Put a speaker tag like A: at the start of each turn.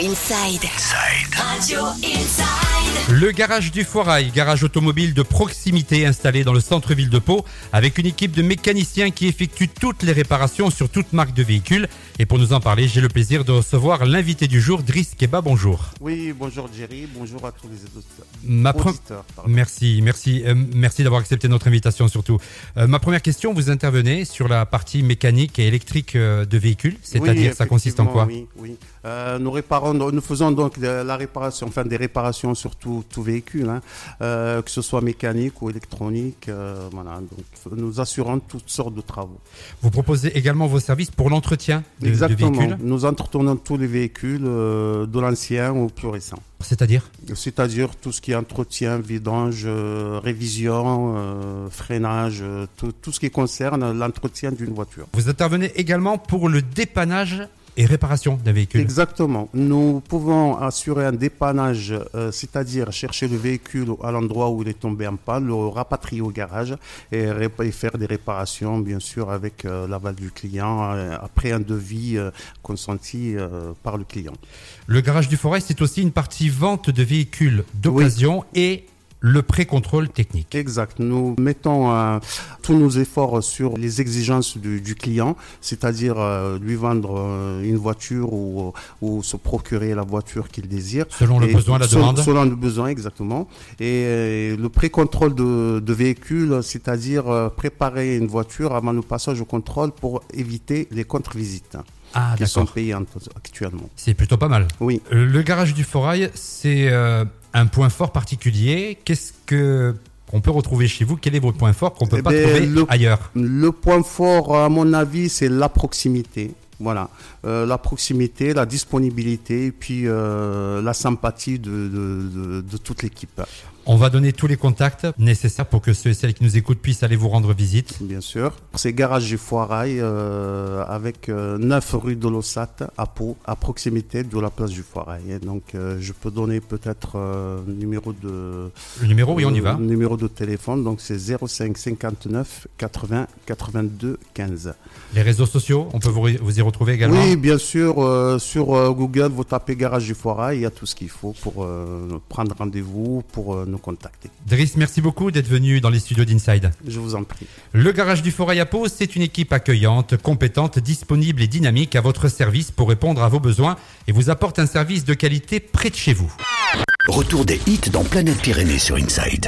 A: Inside. Radio Inside.
B: Le garage du Foirail, garage automobile de proximité installé dans le centre-ville de Pau, avec une équipe de mécaniciens qui effectue toutes les réparations sur toute marque de véhicule. Et pour nous en parler, j'ai le plaisir de recevoir l'invité du jour, Driss Keba. Bonjour.
C: Oui, bonjour Jerry, bonjour à tous les auditeurs.
B: Ma pre-
C: auditeurs, pardon.
B: Merci, merci, euh, merci d'avoir accepté notre invitation surtout. Euh, ma première question, vous intervenez sur la partie mécanique et électrique euh, de véhicules, c'est-à-dire
C: Oui,
B: ça consiste en
C: effectivement,
B: quoi
C: Oui, oui. Euh, nous réparons, nous faisons donc de la réparation, enfin des réparations sur tout, tout véhicule, hein, euh, que ce soit mécanique ou électronique. euh, voilà, donc nous assurons toutes sortes de travaux.
B: Vous proposez également vos services pour l'entretien de, de
C: Exactement.
B: véhicules,
C: Nous entretenons tous les véhicules, euh, de l'ancien au plus récent.
B: c'est-à-dire
C: C'est-à-dire tout ce qui est entretien, vidange, euh, révision, euh, freinage, euh, tout, tout ce qui concerne l'entretien d'une voiture.
B: Vous intervenez également pour le dépannage et réparation d'un véhicule.
C: Exactement. Nous pouvons assurer un dépannage, euh, c'est-à-dire chercher le véhicule à l'endroit où il est tombé en panne, le rapatrier au garage et, rép- et faire des réparations, bien sûr, avec euh, l'aval du client, euh, après un devis euh, consenti euh, par le client.
B: Le garage du Forêt, c'est aussi une partie vente de véhicules d'occasion et le pré-contrôle technique.
C: Exact. Nous mettons euh, tous nos efforts sur les exigences du, du client, c'est-à-dire euh, lui vendre euh, une voiture ou, euh, ou se procurer la voiture qu'il désire.
B: Selon le
C: Et
B: besoin, la
C: sel-
B: demande.
C: Selon le besoin, exactement. Et euh, le pré-contrôle de, de véhicules, c'est-à-dire euh, préparer une voiture avant le passage au contrôle pour éviter les contre-visites hein,
B: Ah,
C: qui sont
B: d'accord.
C: payées en- actuellement.
B: C'est plutôt pas mal.
C: Oui.
B: Euh, Le garage du Forail, c'est euh, un point fort particulier. Qu'est-ce que qu'on peut retrouver chez vous Quel est votre point fort qu'on peut
C: Eh
B: pas
C: ben,
B: trouver
C: le-
B: ailleurs
C: Le point fort, à mon avis, c'est la proximité. Voilà, Euh, la proximité, la disponibilité, et puis euh, la sympathie de, de- de- de toute l'équipe,
B: On va donner tous les contacts nécessaires pour que ceux et celles qui nous écoutent puissent aller vous rendre visite.
C: bien sûr. C'est Garage du Foirail, euh, avec euh, 9 rue de l'Ossat, à Pau, à proximité de la place du Foirail. Et donc, euh, je peux donner peut-être euh, numéro de
B: Le numéro, Oh oui, on y
C: euh,
B: va.
C: numéro de téléphone. Donc, c'est 05 59 80 82 15.
B: Les réseaux sociaux, on peut vous, re- vous y retrouver également.
C: Oui, bien sûr. euh, sur euh, Google, vous tapez Garage du Foirail, il y a tout ce qu'il faut pour euh, prendre rendez-vous, pour euh, nous contacter.
B: Driss, merci beaucoup d'être venu dans les studios d'Inside.
C: Je vous en prie.
B: Le Garage du Forêt à Pau, c'est une équipe accueillante, compétente, disponible et dynamique à votre service pour répondre à vos besoins et vous apporte un service de qualité près de chez vous.
D: Retour des hits dans Planète Pyrénées sur Inside.